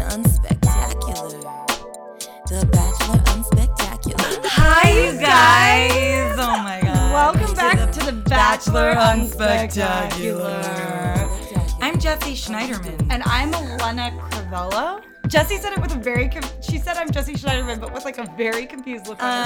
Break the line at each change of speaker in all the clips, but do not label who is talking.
Mm. spectacular, unspectacular.
Hi, you guys! Oh my god.
Welcome back to the Bachelor Unspectacular.
Spectacular.
I'm Jesse Schneiderman.
And I'm Elena Crivello. Jesse said it with a very, com- she said I'm Jesse Schneiderman, but with like a very confused look. on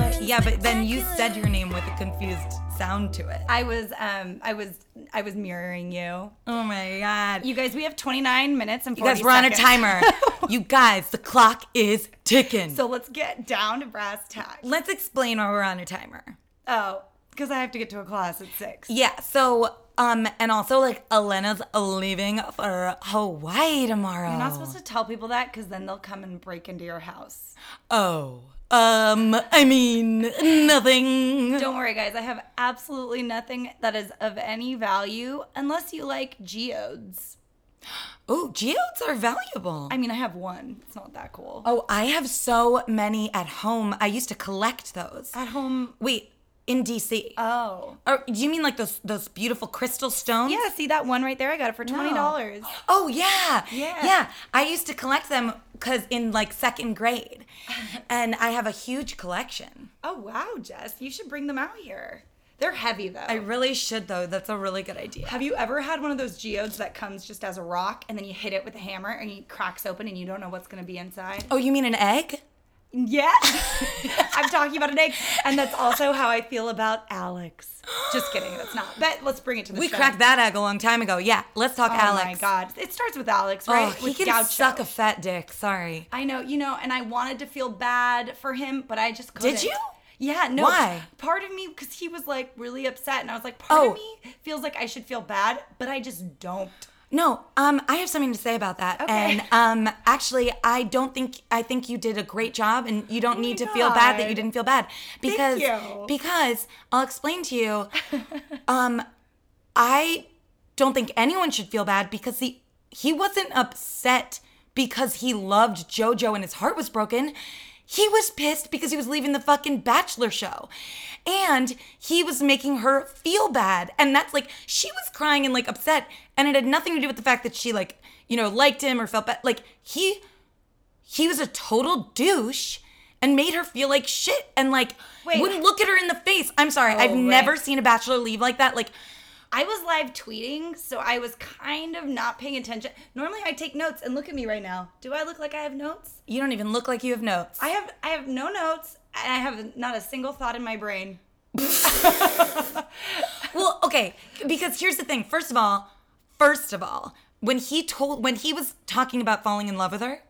her face.
Um, yeah, but then you said your name with a confused sound to it.
I was, um, I was, I was mirroring you.
Oh my god. You
You guys, we have 29 minutes and 40
guys, we're on a
seconds.
timer. you guys, the clock is ticking.
So
So
let's get down to brass tacks.
let's explain why we're on a timer.
Oh, because I have to get to a class at six.
Yeah, so, um, and also like Elena's leaving for Hawaii tomorrow.
You're not supposed to tell people that because then they'll come and break into your house.
Oh. Um, I mean, nothing.
Don't worry, guys. I have absolutely nothing that is of any value unless you like geodes.
Oh, geodes are valuable.
I mean, I have one. It's not that cool.
Oh, I have so many at home. I used to collect those.
At home.
Wait, in DC.
Oh.
Or do you mean like those those beautiful crystal stones?
Yeah, see that one right there? I got it for $20.
Oh yeah.
Yeah.
Yeah. I used to collect them cuz in like second grade. and I have a huge collection.
Oh, wow, Jess. You should bring them out here. They're heavy, though.
I really should though. That's a really good idea.
have you ever had one of those geodes that comes just as a rock and then you hit it with a hammer and it cracks open and you don't know what's going to be inside?
Oh, you mean an egg?
Yeah. I'm talking about an egg. And that's also how I feel about Alex. Just kidding. That's not. But let's bring it to the
We
show.
cracked that egg a long time ago. Yeah. Let's talk
Oh,
Alex.
my God. It starts with Alex,
Oh,
right?
he
With
can
Gaucho.
suck a fat dick. Sorry.
I know, you know, and I wanted to feel bad for him, but I just couldn't.
you?
Yeah, no.
Why?
Part of me, because he was like really upset, and I was like, part
Oh.
of me feels like I should feel bad, but I just don't.
No, um, I have something to say about that.
Okay.
And um, actually, I don't think I think you did a great job, and you don't need to feel bad that you
God.
didn't feel bad because
you.
because I'll explain to you. um, I don't think anyone should feel bad because the he wasn't upset because he loved JoJo and his heart was broken. He was pissed because he was leaving the fucking bachelor show. And he was making her feel bad. And that's like she was crying and like upset and it had nothing to do with the fact that she like, you know, liked him or felt bad. Like he he was a total douche and made her feel like shit and like
Wait. Oh,
wouldn't look at her in the face. I'm sorry. I've
right.
never seen a bachelor leave like that. Like
I was live tweeting, so I was kind of not paying attention. Normally, I take notes, and look at me right now. Do I look like I have notes?
You don't even look like you have notes.
I have, I have no notes, and I have not a single thought in my brain.
well, okay, because here's the thing. First of all, first of all, when he told when he was talking about falling in love with her,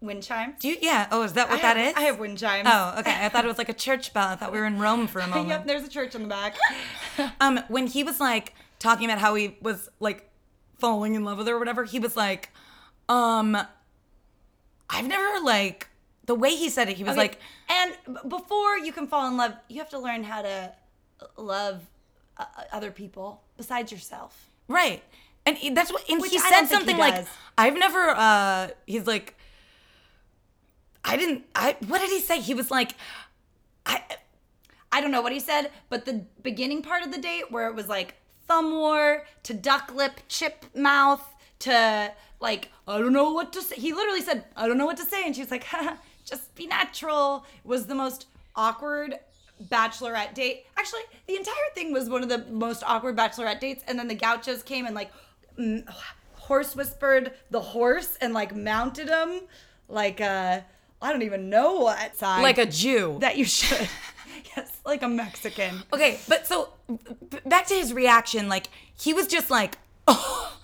Wind chimes.
do you yeah, oh, is that what
I
that
have,
is?
I have wind chimes.
Oh, okay. I thought it was like a church bell. I thought we were in Rome for a moment.
Yep, there's a church in the back.
Um, when he was like talking about how he was like falling in love with her or whatever, he was like, um, I've never like the way he said it, he was
Okay,
like,
and b- before you can fall in love, you have to learn how to love uh, other people besides yourself.
Right. And he- that's what and
Which
he
I
said
don't think he
something like
does.
I've never uh he's like I didn't I what did he say? He was like I
I don't know what he said, but the beginning part of the date where it was like thumb war to duck lip, chip mouth to like I don't know what to say. He literally said I don't know what to say, and she was like, Haha, just be natural. Was the most awkward bachelorette date. Actually, the entire thing was one of the most awkward bachelorette dates, and then the gauchos came and like mm, horse whispered the horse and like mounted him like uh I don't even know what side
like a Jew.
that you should. yes, like a Mexican.
okay, but so b- back to his reaction like he was just like oh,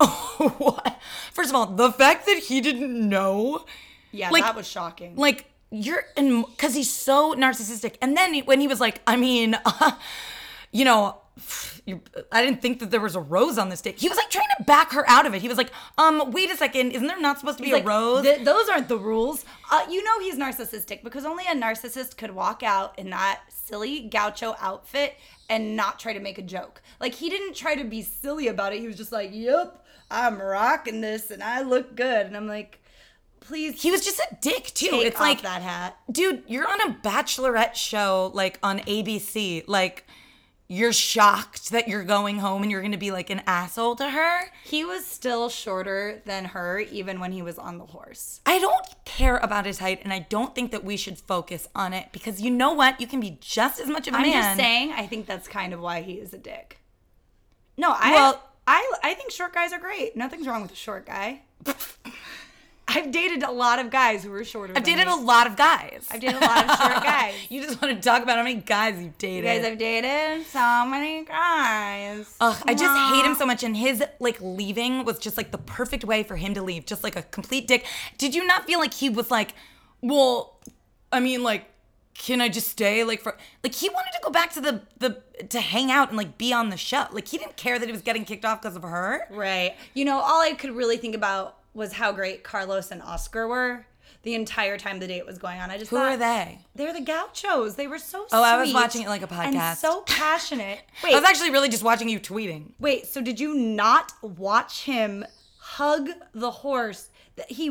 oh what? First of all, the fact that he didn't know
Yeah,
Like-
that was shocking.
like you're in because he's so narcissistic and then when he was like i mean you know you, i didn't think that there was a rose on this date he was like trying to back her out of it he was like um wait a second isn't there not supposed to be a
Like,
rose
th- those aren't the rules. Uh, you know he's narcissistic because only a narcissist could walk out in that silly gaucho outfit and not try to make a joke. Like he didn't try to be silly about it. He was just like, "Yep, I'm rocking this and I look good." And I'm like, "Please
he was just a dick too
take
it's
off
like
that hat."
dude you're on a bachelorette show like on abc like you're shocked that you're going home and you're going to be like an asshole to her.
He was still shorter than her, even when he was on the horse.
I don't care about his height, and I don't think that we should focus on it because you know what? You can be just as much of a
I'm
man.
just saying. I think that's kind of why he is a dick. No, I
Well-
I I think short guys are great. Nothing's wrong with a short guy. I've dated a lot of guys who were shorter.
I've dated a lot of guys.
I've dated a lot of short guys.
you just want to talk about how many guys you've dated.
You guys have dated so many guys.
Ugh, I just hate him so much. And his like leaving was just like the perfect way for him to leave, just like a complete dick. Did you not feel like he was like, well, I mean, like, can I just stay? Like for like he wanted to go back to the the to hang out and like be on the show. Like he didn't care that he was getting kicked off because of her.
Right. You know, all I could really think about was how great Carlos and Oscar were the entire time the date was going on. I just
Who
thought,
are they?
They're the gauchos. They were so
Oh, I was
sweet
watching it like a podcast.
And so passionate.
I
Wait,
was actually really just watching you tweeting.
wait, so did you not watch him hug the horse? That He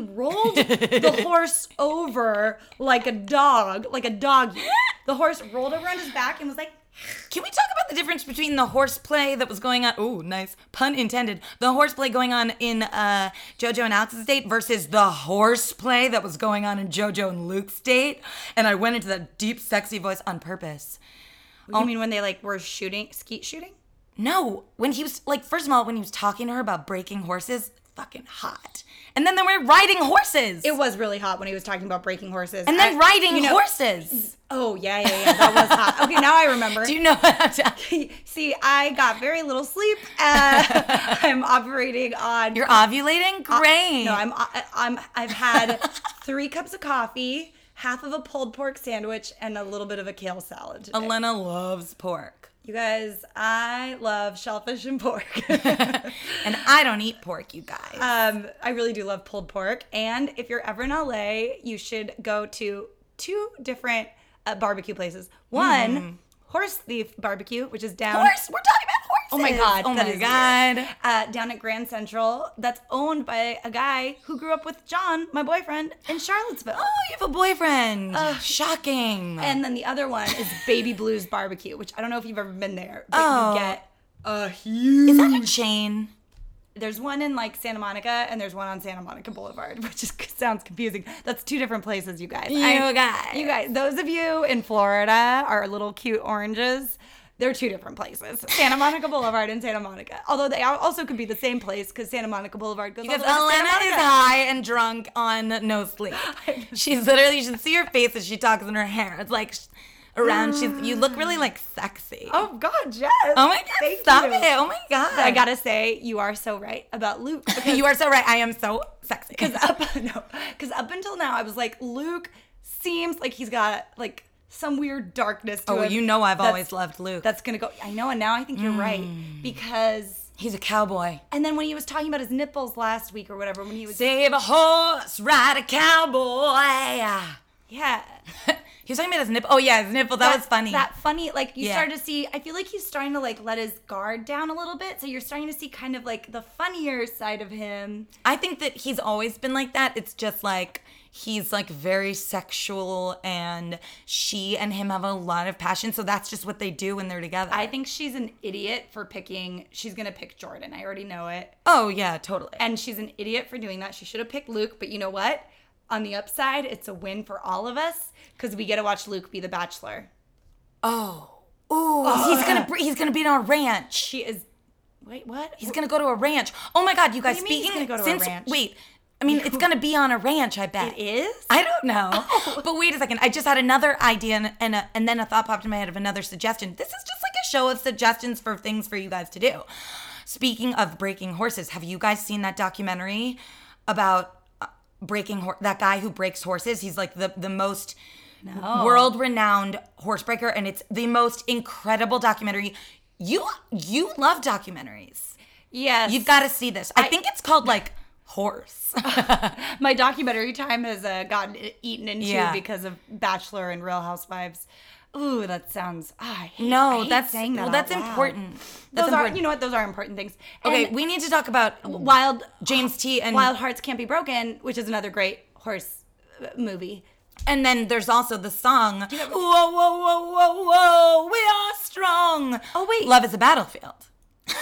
rolled the horse over like a dog, like a doggy. The horse rolled over on his back and was like,
Can we talk about the difference between the horseplay that was going on? Ooh, nice pun intended. The horseplay going on in uh, JoJo and Alex's date versus the horseplay that was going on in JoJo and Luke's date. And I went into that deep, sexy voice on purpose. Oh.
you mean when they like were shooting, skeet shooting?
No, when he was like, first of all, when he was talking to her about breaking horses, fucking hot. And then they were riding horses.
It was really hot when he was talking about breaking horses.
and then
I-
riding
you know-
horses.
Oh yeah, yeah, yeah. That was hot. Okay, now I remember.
Do you know what I'm talking?
See, I got very little sleep. Uh, I'm operating on.
You're ovulating? Great.
No, I'm. I- I'm. I've had three cups of coffee, half of a pulled pork sandwich, and a little bit of a kale salad. today.
Elena loves pork.
You guys, I love shellfish and pork.
And I don't eat pork, you guys.
um, I really do love pulled pork. And if you're ever in LA, you should go to two different uh, barbecue places. One, Horse Thief Barbecue, which is down.
Mm-hmm. horse. We're talking about horses.
Oh my god!
Oh
that
my
is
god.
weird. Uh, down at Grand Central, that's owned by a guy who grew up with John, my boyfriend, in Charlottesville.
Oh, you have a boyfriend. Shocking.
And then the other one is Baby Blues Barbecue, which I don't know if you've ever been there, but
Oh.
you get a
is
huge.
that a chain?
There's one in like Santa Monica, and there's one on Santa Monica Boulevard, which is sounds confusing. That's two different places, you guys.
You guys.
you guys. Those of you in Florida are little cute oranges. They're two different places, Santa Monica Boulevard and Santa Monica. Although they al- also could be the same place because Santa Monica Boulevard goes. all
Because
the way to Santa
Elena is
Monica.
high and drunk on no sleep. She's literally, you should see her face as she talks and her hair. It's like sh- around. She's, you look really like sexy.
Oh God, yes.
Oh my god,
Thank
stop
you.
it. Oh my god.
I gotta say, you are so right about Luke. Because
You are so right. I am so sexy.
up, no, because up until now, I was like, Luke seems like he's got like some weird darkness to
Oh,
him.
you know I've
that's-
always loved Luke.
That's gonna go. I know, and now I think you're right because.
He's a cowboy.
And then when he was talking about his nipples last week or whatever, when he was
Save a horse, ride a cowboy.
yeah,
He was talking about his nipple. Oh yeah, his nipple. That, was funny.
That funny, like you
Yeah.
start to see. I feel like he's starting to like let his guard down a little bit. So you're starting to see kind of like the funnier side of him.
I think that he's always been like that. It's just like he's like very sexual and she and him have a lot of passion. So that's just what they do when they're together.
I think she's an idiot for picking. She's gonna pick Jordan. I already know it.
oh yeah, totally.
And she's an idiot for doing that. She should have picked Luke. But you know what? On the upside, it's a win for all of us because we get to watch Luke be the bachelor.
oh. Ooh, he's gonna br- he's gonna be on a ranch.
She is. Wait, what?
He's gonna go to a ranch. Oh my god, you guys!
do you mean he's
speaking
gonna go to a
since
ranch?
wait, I mean it's gonna be on a ranch. I bet
it is.
I don't know.
Oh.
But wait a second. I just had another idea and and, a, and then a thought popped in my head of another suggestion. This is just like a show of suggestions for things for you guys to do. Speaking of breaking horses, have you guys seen that documentary about uh, breaking hor- that guy who breaks horses? He's like the the most world renowned horse breaker and it's the most incredible documentary. You you love documentaries.
yes.
You've got to see this. I think it's called like Horse.
my documentary time has uh, gotten i- eaten into
Yeah.
because of Bachelor and Real Housewives. Ooh, that sounds. ah, I hate, I
No,
hate
that's
saying that
well.
out
That's
loud.
important.
Those
That's
are
important.
you know what? Those are important things.
Okay,
And
we need to talk about
Wild
James T and
Wild Hearts Can't Be Broken, which is another great horse uh, movie.
And then there's also the song, Whoa, whoa, whoa, whoa, whoa, we are strong.
Oh, wait.
Love is a battlefield.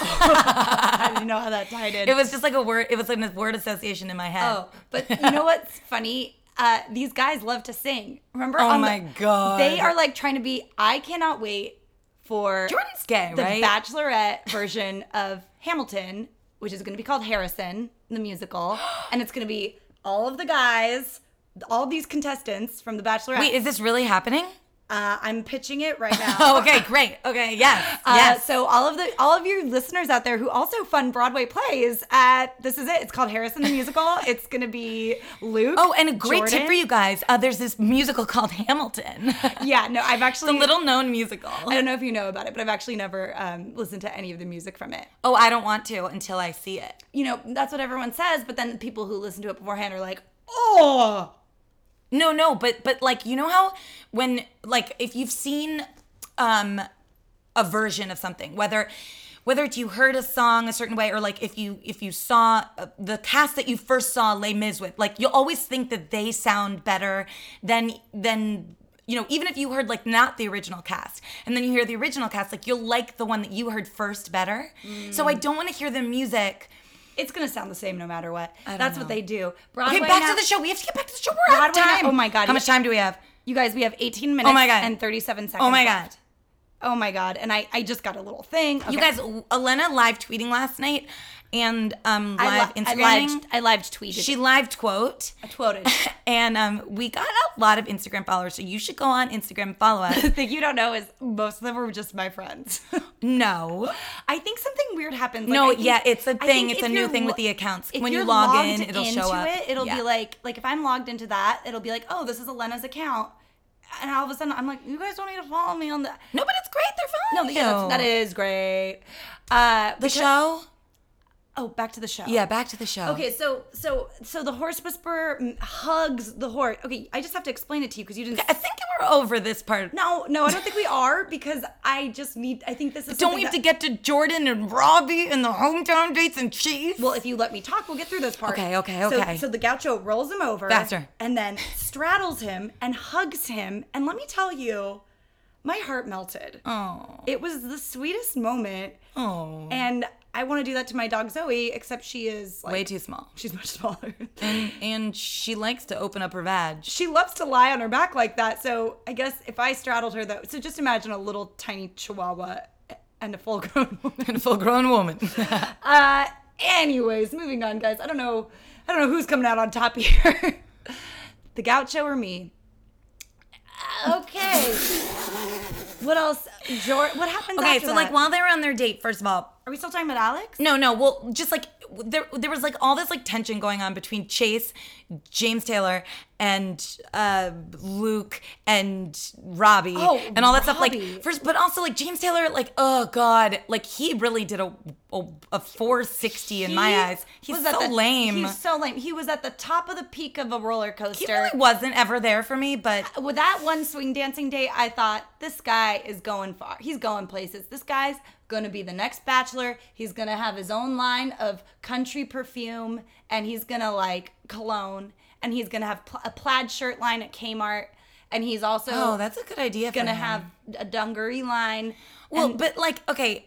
I didn't know how that tied in.
It was just like a word, it was like a word association in my head.
Oh, but you know what's funny? Uh, these guys love to sing. Remember?
Oh
on
my
the-
God.
They are like trying to be. I cannot wait for
Jordan's gay,
the
right?
Bachelorette version of Hamilton, which is going to be called Harrison, the musical, and it's going to be all of the guys, all these contestants from the Bachelorette.
Wait, is this really happening?
uh, I'm pitching it right now.
Oh, okay, great. Okay, yes,
Uh,
yes.
So all of the all of your listeners out there who also fund Broadway plays at this is it. It's called Harrison the Musical. it's gonna be Luke.
Oh, and a great
Jordan.
tip for you guys. Uh, there's this musical called Hamilton,
Yeah, no, I've
a
actually
little known musical.
I don't know if you know about it, but I've actually never um, listened to any of the music from it.
Oh, I don't want to until I see it.
You know, that's what everyone says, but then people who listen to it beforehand are like, oh,
No, no, but but like you know how when like if you've seen um a version of something, whether whether it's you heard a song a certain way or like if you if you saw uh, the cast that you first saw Les Mis with, like you'll always think that they sound better than than you know even if you heard like not the original cast and then you hear the original cast like you'll like the one that you heard first better
Mm.
so i don't want to hear the music
it's gonna sound the same no matter what. That's what they do. Broadway.
okay back
now-
to the show we have to get back to the show we're out of
Broadway now-
time
oh my God,
how
you-
much time do we have
You guys, we have 18 minutes.
Oh my God.
And 37 seconds.
oh my
left.
god
Oh my god. And I, I just got a little thing.
You
Okay.
guys, Elena live tweeting last night and um,
I
live
li- I
Instagramming.
live, I live tweeted.
She live quote,
I quoted.
and um, we got a lot of Instagram followers. So you should go on Instagram and follow us.
the thing you don't know is most of them were just my friends.
no,
I think something weird happens. Like,
No,
I think-
yeah, it's a
I
thing.
think
It's
if
a new
you're
thing with
lo-
the accounts.
if
When you
you're
log
logged
in, it'll
into
show up.
It, it'll
Yeah.
be like like if I'm logged into that, it'll be like, oh, this is Elena's account, and all of a sudden I'm like, you guys don't need to follow me on the.
no, but it's great. They're
No,
following
but yeah,
you.
that's, that is great. Uh,
the show.
Oh, back to the show.
Yeah, back to the show.
Okay, so so so the horse whisperer mm, hugs the horse. Okay, I just have to explain it to you because you didn't.
I think we're over this part.
No, no, I don't think we are because I just need. I think this is.
Don't
something
we have
that-
to get to Jordan and Robbie and the hometown dates and cheese?
Well, if you let me talk, we'll get through this part.
Okay, okay,
So-
okay.
So, the gaucho rolls him over.
Faster.
And then straddles him and hugs him. And let me tell you, my heart melted.
oh,
It was the sweetest moment.
oh,
And I want to do that to my dog Zoe, except she is like,
way too small.
she's much smaller.
And and she likes to open up her vag.
she loves to lie on her back like that. So I guess if I straddled her though, so just imagine a little tiny chihuahua and a full grown woman.
and a full grown woman.
Uh, anyways, moving on, guys. I don't know. I don't know who's coming out on top here. the Gaucho or me? Uh, Okay. what else? George, what happens?
okay,
after
so like
that?
while they were on their date, first of all,
are we still talking about Alex?
no, no, well, just like there, there was like all this like tension going on between Chase, James Taylor, and uh, Luke and Robbie,
Oh,
and all that stuff.
Robbie.
Like first, but also like James Taylor, like oh god, like he really did a a, a four sixty in my
He
eyes. He's
was at
so
the-
lame.
He's so lame. He was at the top of the peak of a roller coaster.
he really wasn't ever there for me, but
with that one swing dancing day, I thought this guy is going far. He's going places. This guy's gonna be the next bachelor. He's gonna have his own line of country perfume, and he's gonna like cologne, and he's gonna have pl- a plaid shirt line at Kmart, and he's also
oh, that's a good idea. for
gonna
him.
have a dungaree line.
Well, but like, okay,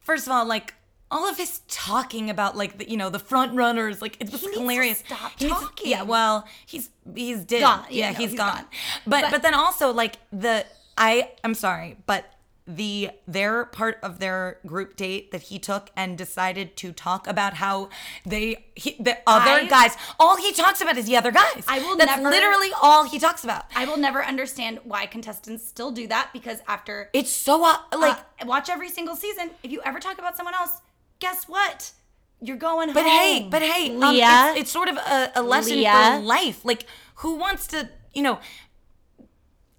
first of all, like all of his talking about like the, you know the front runners, like it was
needs to
hilarious.
stop
He needs to-
talking.
yeah, well, he's he's dead.
Gone. Yeah,
Yeah,
no,
he's
he's
gone.
gone.
But,
But-
but then also like the I I'm sorry, but the their part of their group date that he took and decided to talk about how they he, the other
I-
guys all he talks about is the other guys.
I will
That's
never-
literally all he talks about.
I will never understand why contestants still do that because after
It's so uh, like
uh, watch every single season, if you ever talk about someone else, guess what? You're going
But hey,
home.
but hey, um,
Oh, Leah.
it's, it's sort of a, a lesson
Leah.
for life. Like, who wants to, you know,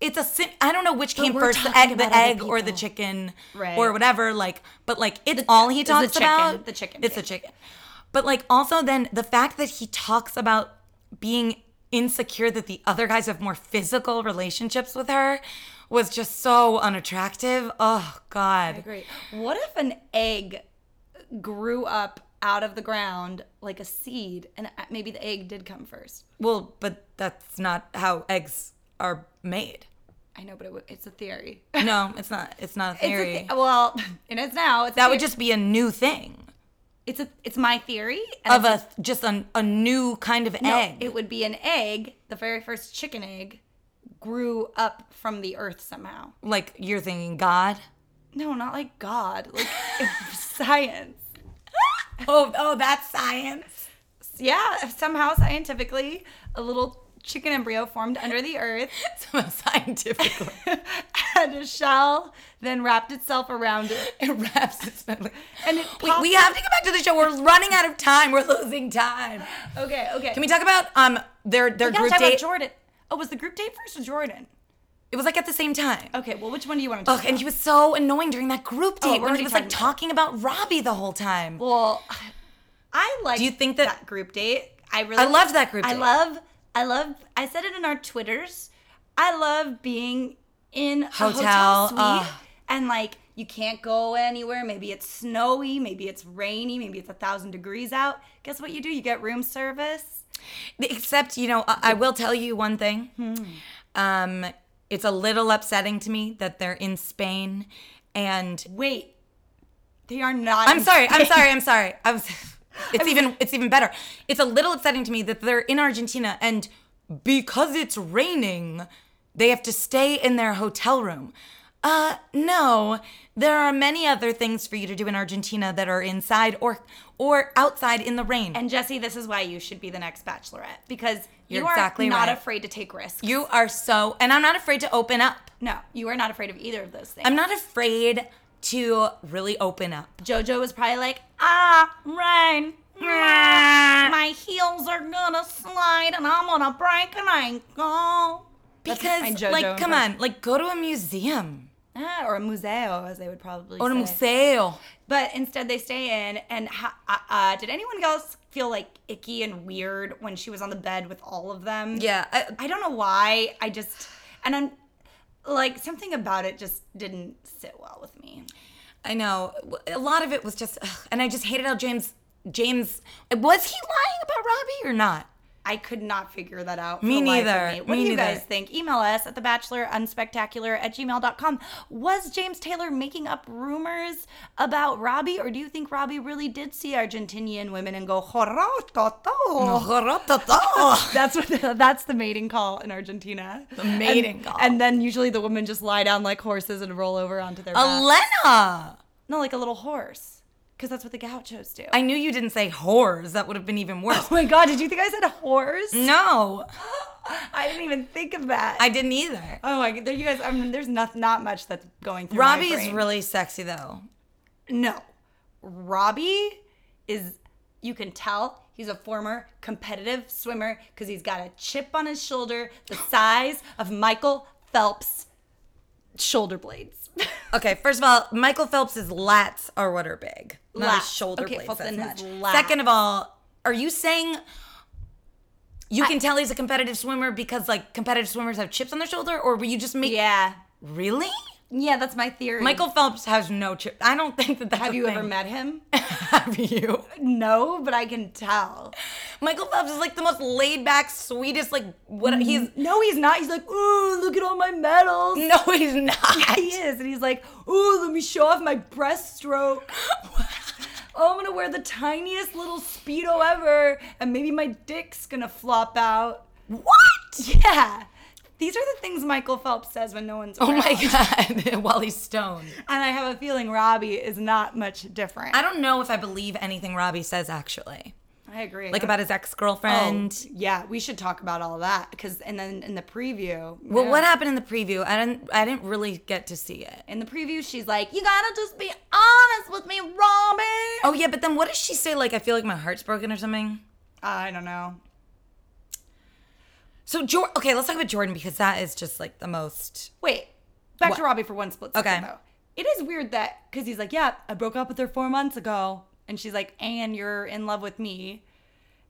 it's a sin. I don't know which came
we're
first, the
talking
egg, the
about other
egg, or the
people.
chicken,
Right.
or whatever. Like, but like, it's all he
it's the
talks
chicken,
about.
the chicken
It's
thing.
the chicken. But like, also then the fact that he talks about being insecure that the other guys have more physical relationships with her was just so unattractive. Oh God.
Great. What if an egg grew up out of the ground like a seed, and uh, maybe the egg did come first.
Well, but that's not how eggs are made.
I know, but it, w- it's a theory.
No, it's not. It's not a
It's
theory.
a thi- well, it is now. It's
that
theor-
would just be a new thing
it's a it's my theory and
of
it's
a just an, a new kind of
No,
egg.
It would be an egg. The very first chicken egg grew up from the earth somehow.
like you're thinking God.
No, not like God, like science.
Oh, oh, that's science.
Yeah, somehow scientifically, a little chicken embryo formed under the earth,
So scientifically,
had a shell, then wrapped itself around it,
it wraps its. Like,
and it.
we, we have to get back to the show. We're running out of time. We're losing time.
okay, okay.
Can we talk about um their their
gotta
group
talk
date?
about Jordan? Oh, was the group date first or Jordan?
It was like at the same time.
Okay, well, which one do you want to?
Ugh, and he was so annoying during that group
Oh,
date
we're
when he
already
was like talking
talking
about Robbie the whole time.
Well, I like.
you think that-
group date? I really.
I loved that group
I
date.
love. I love. I said it in our twitters. I love being in a hotel uh.
Hotel,
suite
ugh.
and like you can't go anywhere. Maybe it's snowy. Maybe it's rainy. Maybe it's a thousand degrees out. Guess what you do? You get room service.
Except, you know, I, I will tell you one thing.
Hmm.
Um, it's a little upsetting to me that they're in Spain, and
Wait, they are not.
I'm
in
sorry, I'm
Spain.
sorry, I'm sorry. I was. It's even it's even better. It's a little upsetting to me that they're in Argentina, and because it's raining, they have to stay in their hotel room. Uh, no, there are many other things for you to do in Argentina that are inside or or outside in the rain.
And Jesse, this is why you should be the next Bachelorette because you
You're
are
exactly
not
right.
afraid to take risks.
you are so, and I'm not afraid to open up.
no, you are not afraid of either of those things.
I'm not afraid to really open up.
Jojo was probably like, ah, rain.
Mm.
My heels are gonna slide and I'm gonna break an ankle. That's my
Because,
JoJo
like, come
impression.
on, like, go to a museum
Ah, or a museo, as they would probably
or a
say.
museo.
But instead, they stay in. And ha- uh, uh, did anyone else feel like icky and weird when she was on the bed with all of them?
Yeah, I,
I don't know why. I just, and I'm like, something about it just didn't sit well with me.
I know. A lot of it was just, ugh, and I just hated how James, James, was he lying about Robbie or not?
I could not figure that out. for
Me
the life of
neither.
me. What
Me
do you
neither.
guys think? Email us at thebachelorunspectacular at gmail.com. Was James Taylor making up rumors about Robbie, or do you think Robbie really did see Argentinian women and go, "Jorototo"? That's what that's the mating call in Argentina. The
mating
and,
call.
And then usually the women just lie down like horses and roll over onto their back.
Elena!
no, like a little horse. Because that's what the gauchos do.
I knew you didn't say whores. That would have been even worse.
oh my god, did you think I said horse?
No,
I didn't even think of that.
Mm. I didn't either.
Oh my god, there you guys. I mean, there's not not much that's going through. my
Robbie is
brain.
really sexy though.
no. Robbie is. You can tell he's a former competitive swimmer because he's got a chip on his shoulder the size of Michael Phelps' shoulder blades.
Okay, first of all, Michael Phelps's lats are what are big, not his
Lats.
shoulder
Okay,
blades.
Phelps
That's
and
much.
his lats.
Second of all, are you saying you can tell he's a competitive swimmer because like competitive swimmers have chips on their shoulder, or were you just making?
yeah,
Really?
yeah, that's my theory.
Michael Phelps has no chip. I don't think that that's
have
a
you ever
thing.
met him?
have you?
no, but I can tell.
Michael Phelps is like the most laid back, sweetest. Like
Mm-hmm.
what? He's
No, he's not. He's like, ooh, look at all my medals.
no, he's not.
he is, and he's like, "Ooh, let me show off my breaststroke. oh, I'm gonna wear the tiniest little speedo ever, and maybe my dick's gonna flop out."
What?
Yeah, these are the things Michael Phelps says when no one's
Oh
around.
my god! While he's stoned,
And I have a feeling Robbie is not much different.
I
I,
don't know if I believe anything Robbie says actually.
agree.
like about his ex girlfriend.
and yeah, we should talk about all that because, and then in the preview,
Well,
Oh, yeah.
what happened in the preview? I didn't. I didn't really get to see it.
In the preview, she's like, "You gotta just be honest with me, Robbie."
Oh yeah, but then what does she say? Like, I feel like my heart's broken or something.
I don't know.
So Jordan. Okay, let's talk about Jordan because that is just like the most.
Wait, back to
What?
Robbie for one split second
Okay.
though. It is weird that because he's like, yeah, I broke up with her four months ago, and she's like, and you're in love with me.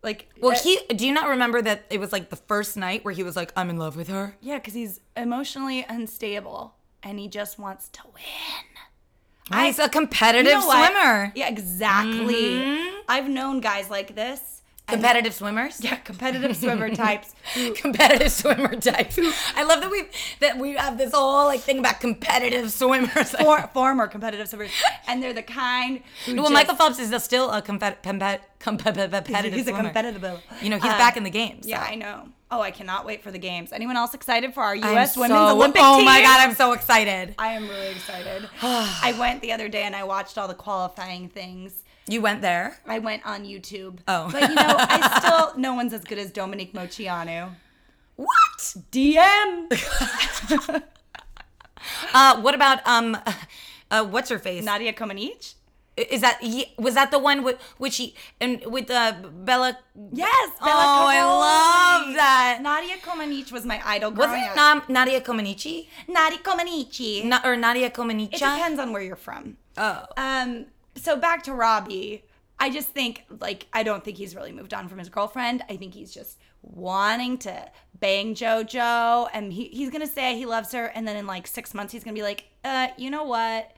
Like, uh,
Well,
that-
he. Do you not remember that it was like the first night where he was like, "I'm in love with her."
yeah, because he's emotionally unstable and he just wants to win.
He's a competitive
You know what?
swimmer. Mm-hmm.
Yeah, exactly. I've known guys like this.
Competitive swimmers.
Yeah, competitive swimmer types. who-
competitive swimmer types. I love that we that we have this whole like thing about competitive swimmers.
For, former competitive swimmers, and they're the kind. Who
well,
just-
Michael Phelps is a- still a compet- compet- competitive swimmer.
He's a competitive.
You know, he's
Uh,
back in the game. so.
Yeah, I know. Oh, I cannot wait for the games. Anyone else excited for our
I'm
U.S. Women's
so-
Olympic
oh
team?
my god, I'm Ah. so excited.
I am really excited. I went the other day and I watched all the qualifying things.
You went there.
I went on YouTube.
Oh.
But you know, I still, no one's as good as Dominique Mociano.
What?
DM!
Uh, what about um, uh, what's her face?
Nadia Comaneci?
Is that ye- was that the one with which she and with uh, Bella?
Yes! Bella
oh, I
Cavoli.
love that.
Nadia Comaneci was my idol
Wasn't
growing
it
up.
Nam- Nadia Comaneci?
Nadia Comaneci.
Na- or Nadia Comaneci?
It depends on where you're from.
Oh.
Um, so back to Robbie. I just think like I don't think he's really moved on from his girlfriend. I think he's just wanting to bang JoJo, and he, he's gonna say he loves her, and then in like six months he's gonna be like, uh, you know what?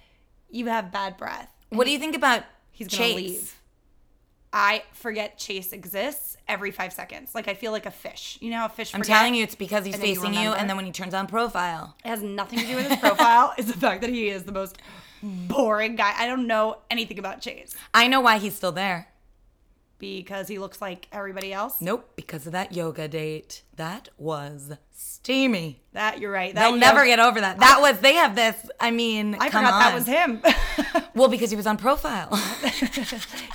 You have bad breath.
What do you think about
He's gonna
Chase?
leave. I forget Chase exists every five seconds. Like I feel like a fish. You know, how a fish.
I'm telling you, it's because he's
And then you
facing you,
remember.
and then when he turns on profile,
It has nothing to do with his profile. it's the fact that he is the most boring guy. I don't know anything about Chase
I know why he's still there.
because he looks like everybody else.
Nope, because of that yoga date. That was steamy.
That you're right. That
They'll never get over that. That was they have this. I mean,
I
come
forgot that
on.
was him.
Well, because he was on profile.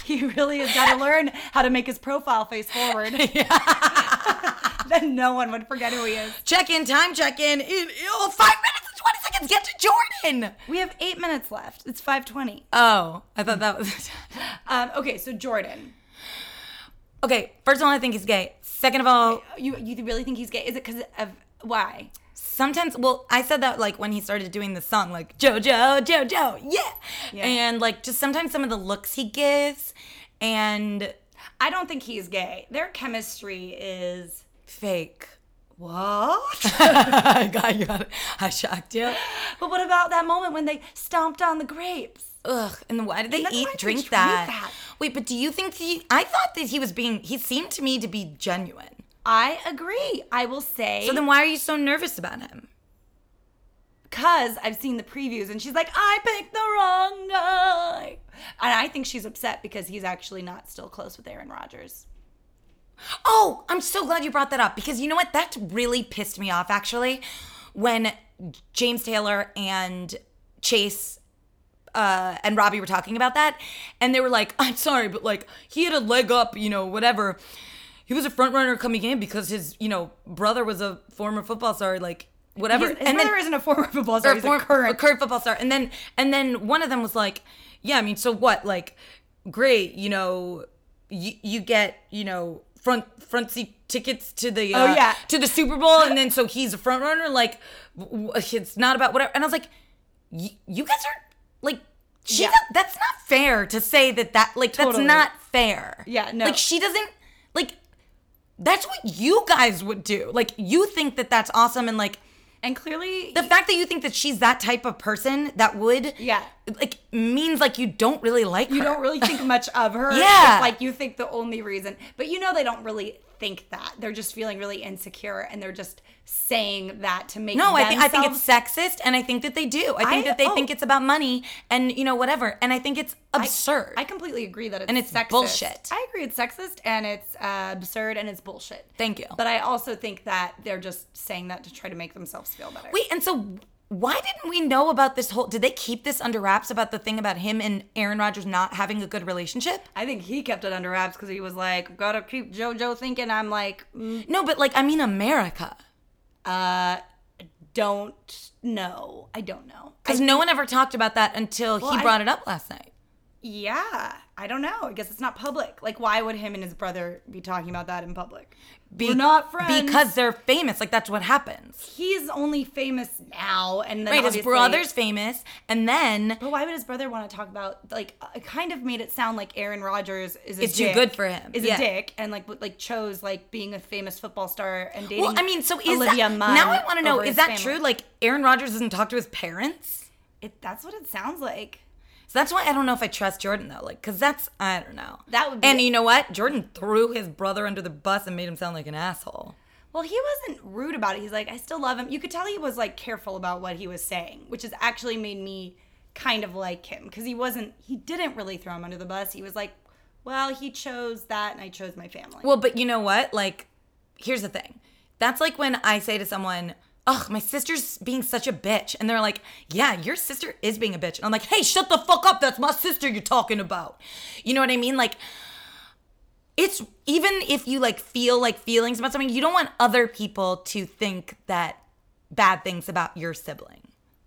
he really has got to learn how to make his profile face forward. then no one would forget who he is.
check in time. Check in. in oh, five minutes and twenty seconds. Get to Jordan.
We have eight minutes left. It's five twenty.
Oh, I thought that was.
Um, okay, so Jordan,
okay, first of all, I think he's gay. Second of all,
you you really think he's gay? Is it because of why?
sometimes well i said that like when he started doing the song like jojo jojo yeah.
Yeah.
and like just sometimes some of the looks he gives and
I don't think he's gay. Their chemistry is
fake
what?
i got you on it. i shocked you
but what about that moment when they stomped on the grapes?
ugh and why did they
then
eat
why did they
drink,
drink
that?
that?
wait but do you think he i thought that he was being he seemed to me to be genuine
I agree. I will say.
so then why are you so nervous about him
because I've seen the previews and she's like, I picked the wrong guy. And I think she's upset because he's actually not still close with Aaron Rodgers.
Oh, I'm so glad you brought that up because you know what? That really pissed me off actually when James Taylor and Chase uh, and Robbie were talking about that. And they were like, I'm sorry, but like he had a leg up, you know, whatever. He was a front runner coming in because his, you know, brother was a former football star, like whatever.
His, his brother isn't a former football star.
or
He's
form-
a current.
football star. And then and then one of them was like, yeah, I mean, so what? Like, great, you know, you, you get you know front front seat tickets to the uh,
Oh, yeah.
to the Super Bowl, and then so he's a front runner. Like, w- w- it's not about whatever. And I was like, y- you guys are like. She
Yeah.
does- that's not fair to say that that like
Totally.
that's not fair.
Yeah, no.
Like she doesn't like that's what you guys would do. Like you think that that's awesome and like
and clearly,
the fact that you think that she's that type of person that would
Yeah.
like means like you don't really like
you don't really think much of her.
Yeah.
It's like you think the only reason. But you know, they don't really think that. They're just feeling really insecure and they're just saying that to make
no I think, I think
themselves-
it's sexist and i think that they do i think
I-
that they
oh.
think it's about money and you know whatever and i think it's absurd
I completely agree that it's
And it's
sexist.
bullshit.
I agree it's sexist and it's uh, absurd and it's bullshit.
Thank you.
But I also think that they're just saying that to try to make themselves feel better.
wait and so why didn't we know about this whole did they keep this under wraps about the thing about him and aaron Rodgers not having a good relationship
I think he kept it under wraps because he was like, gotta keep JoJo thinking. I'm like, mm,
no but like i mean america
don't know. I don't know. I-
because no one ever talked about that until
Well, I-
he brought it up last night
yeah, I don't know. I guess it's not public. Like, why would him and his brother be talking about that in public?
Be-
We're not friends.
because they're famous like that's what happens
he's only famous now, and then
Right, his
obviously-
brother's famous, and then
But why would his brother want to talk about like? uh, It kind of made it sound like Aaron Rodgers is a
It's too
dick-
good for him.
Is
Yeah.
a dick and like w- like chose like being a famous football star and dating.
well, I mean, so is
Olivia
that
Munn
now? I want to know
over
is
his
that
family.
true? Like Aaron Rodgers doesn't talk to his parents.
it, that's what it sounds like.
So that's why I don't know if I trust Jordan though, like, cause that's I don't know.
That would be-
And you know what? Jordan threw his brother under the bus and made him sound like an asshole.
Well, he wasn't rude about it. He's like, I still love him. You could tell he was like careful about what he was saying, which has actually made me kind of like him because he wasn't, he didn't really throw him under the bus. He was like, well, he chose that and I chose my family.
Well, but you know what? Like, here's the thing. That's like when I say to someone, "Ugh, my sister's being such a bitch," and they're like, "Yeah, your sister is being a bitch," and I'm like, "Hey, shut the fuck up. That's my sister you're talking about." You know what I mean? Like. It's even if you like feel like feelings about something, you don't want other people to think that bad things about your sibling.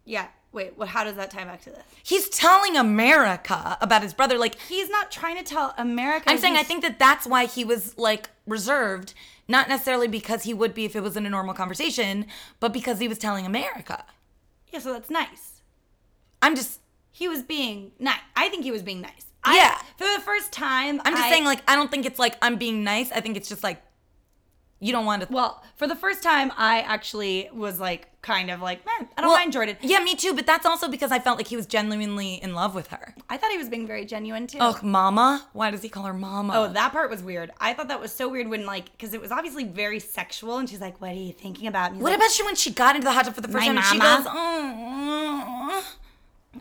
yeah. Wait, what, how does that tie back to this?
He's telling America about his brother. Like,
He's not trying to tell America.
I'm saying I
he's-
think that that's why he was like reserved, not necessarily because he would be if it was in a normal conversation, but because he was telling America.
Yeah, so that's nice.
I'm just
He was being nice. I think he was being nice. I,
Yeah.
For the first time,
I'm just
I-
saying like I don't think it's like I'm being nice. I think it's just like you don't want to
Well, for the first time, I actually was like, kind of like, man, I don't
Well,
mind Jordan.
Yeah, me too, but that's also because I felt like he was genuinely in love with her.
I thought he was being very genuine too.
Ugh, mama? Why does he call her mama?
Oh, that part was weird. I thought that was so weird when like because it was obviously very sexual, and she's like, "What are you thinking about?" And he's
what
like,
about she when she got into the hot tub for the first
My
time and she
mama?
goes, "Mm, oh, oh.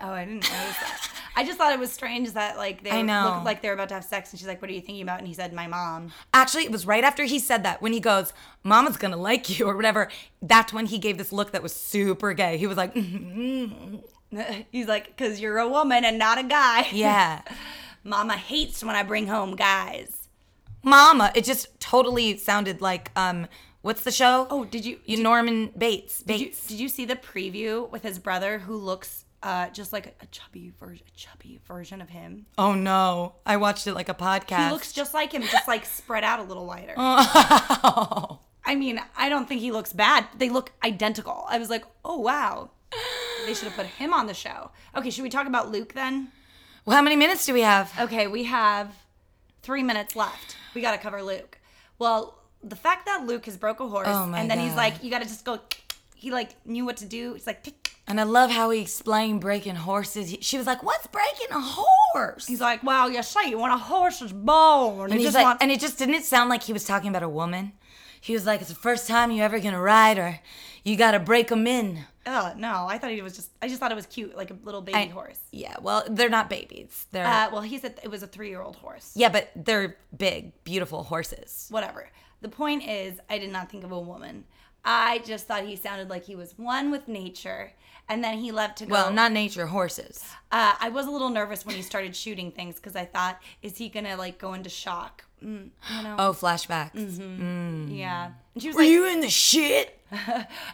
Oh, I didn't notice that. I just thought it was strange that like they
I know.
looked like they were about to have sex, and she's like, "What are you thinking about?" And he said, "My mom."
Actually, it was right after he said that when he goes, "Mama's gonna like you" or whatever. That's when he gave this look that was super gay. He was like, "Mm,
He's like, "Cause you're a woman and not a guy."
"Yeah,
Mama hates when I bring home guys.
Mama." It just totally sounded like um, what's the show?
Oh, did you
you Norman Bates.
did you,
Bates.
did you see the preview with his brother who looks uh, just like a chubby version, a chubby version of him?
oh no, I watched it like a podcast.
He looks just like him, just like spread out a little wider. I mean, I don't think he looks bad. They look identical. I was like, oh wow. They should have put him on the show. Okay, should we talk about Luke then?
well, how many minutes do we have?
Okay, we have three minutes left. We gotta cover Luke. Well, the fact that Luke has broke a horse
Oh, my
and then he's
God.
like, you gotta just go he like knew what to do. He's like
And I love how he explained breaking horses. He- She was like, "What's breaking a horse?"
He's like, Wow, you say you want a horse's bone.
And he's like, and it just didn't sound like he was talking about a woman. He was like, "It's the first time you ever gonna ride her. You gotta break 'em in."
Oh no, I thought he was just I just thought it was cute, like a little baby
I-
horse.
Yeah, well, they're not babies. They're
Uh, well, he said it was a three-year-old horse.
yeah, but they're big, beautiful horses.
Whatever. The point is, I did not think of a woman. I just thought he sounded like he was one with nature, and then he left to go.
Well, not nature horses.
Uh, I was a little nervous when he started shooting things because I thought, is he gonna like go into shock? Mm, you know?
Oh, flashbacks.
Mm-hmm. Yeah. And she was
Mm. Were
like,
you in the shit?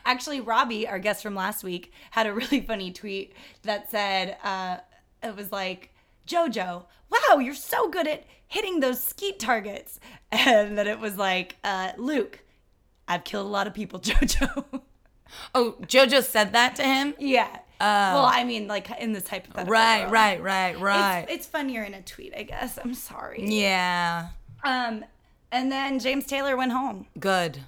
actually, Robbie, our guest from last week, had a really funny tweet that said, uh, it was like, JoJo, wow, you're so good at hitting those skeet targets, and then it was like, uh, Luke, I've killed a lot of people, JoJo.
Oh, JoJo said that to him.
Yeah. well, I mean, like in this hypothetical.
Oh. Right,
world.
right, right, right.
It's, it's funnier in a tweet, I guess. I'm sorry.
yeah,
Um, and then James Taylor went home.
good,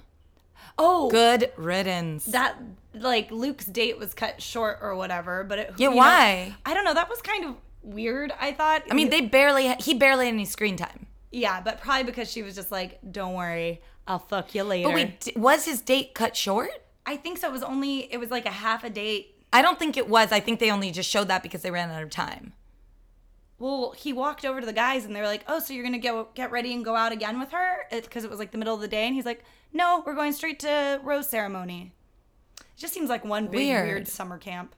Oh,
good riddance.
that like Luke's date was cut short or whatever. But it,
Yeah,
you know,
why?
I don't know. That was kind of weird. I thought.
I mean, they barely he barely had any screen time.
yeah, but probably because she was just like, "Don't worry, I'll fuck you later."
But wait, d- was his date cut short?
I think so. It was only it was like a half a date.
I don't think it was. I think they only just showed that because they ran out of time.
Well, he walked over to the guys and they were like, "Oh, so you're gonna go get ready and go out again with her?" Because it was like the middle of the day, and he's like, "No, we're going straight to rose ceremony." It just seems like one big
Weird.
weird, summer camp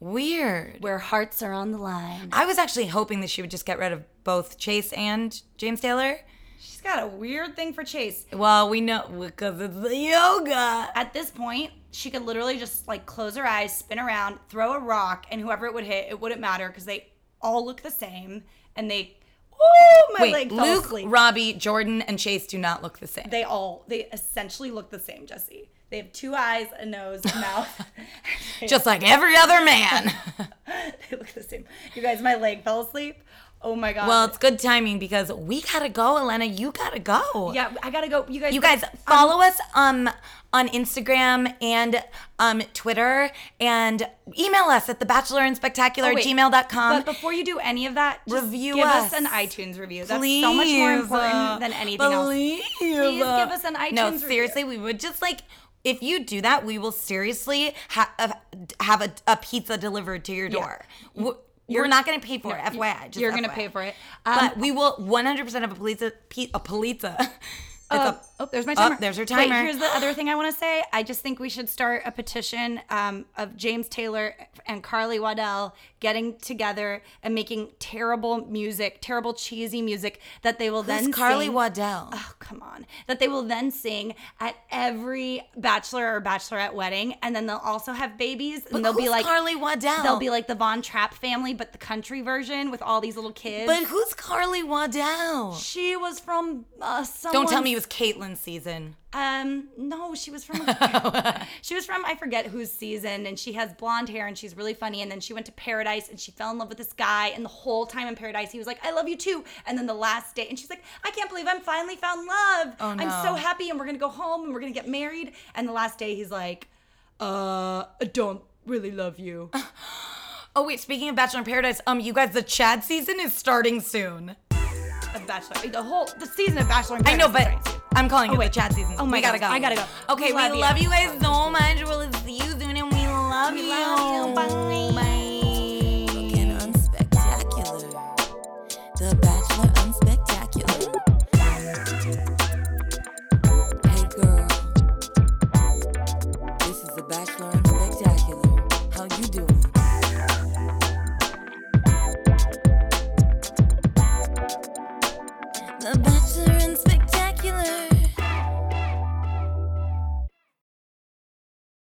Weird.
where hearts are on the line.
I was actually hoping that she would just get rid of both Chase and James Taylor.
She's got a weird thing for Chase.
Well, we know because it's the yoga.
At this point, she could literally just like close her eyes, spin around, throw a rock, and whoever it would hit, it wouldn't matter because they all look the same and they. Ooh, my
Wait,
leg fell
Luke,
asleep.
Robbie, Jordan, and Chase do not look the same.
they all they essentially look the same jesse they have two eyes a nose a mouth
Just like every other man.
they look the same you guys my leg fell asleep Oh my god.
Well, it's good timing because we gotta go, Elena. You gotta go.
yeah, I gotta go. You guys.
You guys follow us um on Instagram and um Twitter and email us at thebachelorandspectacular
Oh, wait.
gmail.com.
But before you do any of that, just
Review
give us.
us.
an iTunes review. That's
Please,
so much more
uh,
important than anything else.
believe. uh,
Please give us an iTunes
No,
review.
seriously, we would just like if you do that, we will seriously ha- uh, have a, a pizza delivered to your door. W- You're, not going to pay for it, FYI. Just
You're gonna
FYI.
pay for it. Um,
but we will 100% of a pizza, pi- a pizza. It's a-
Uh, oh, there's my
Oh,
timer.
there's your
Wait,
timer.
here's the other thing I want to say. I just think we should start a petition um, of James Taylor and Carly Waddell getting together and making terrible music, terrible cheesy music that they will then
Who's Carly
sing-
Waddell.
Oh, come on. That they will then sing at every bachelor or bachelorette wedding, and then they'll also have babies, and they'll be
who's
like
Carly Waddell.
They'll be like the Von Trapp family, but the country version with all these little kids.
but who's Carly Waddell?
she was from uh,
Don't
someone's
tell me it was Caitlyn's season.
Um, no, she was from she was from I forget whose season, and she has blonde hair and she's really funny. And then she went to Paradise and she fell in love with this guy, and the whole time in Paradise he was like, "I love you too." And then the last day, and she's like, "I can't believe I'm finally found love.
Oh,
I'm so
no.
happy, and we're gonna go home and we're gonna get married." And the last day he's like, "Uh, I don't really love you."
Oh wait, speaking of Bachelor in Paradise, um, you guys, the Chad season is starting soon.
A bachelor, the whole the season of Bachelor. in
I know, but
Paradise is
I'm calling it
wait.
the Chad season.
Oh my
we gotta
gosh,
go.
I gotta go.
Okay, we, love, you. guys so much. We'll see you soon, and we love
We
you.
love you.
Bye.
Looking unspectacular. The Bachelor unspectacular.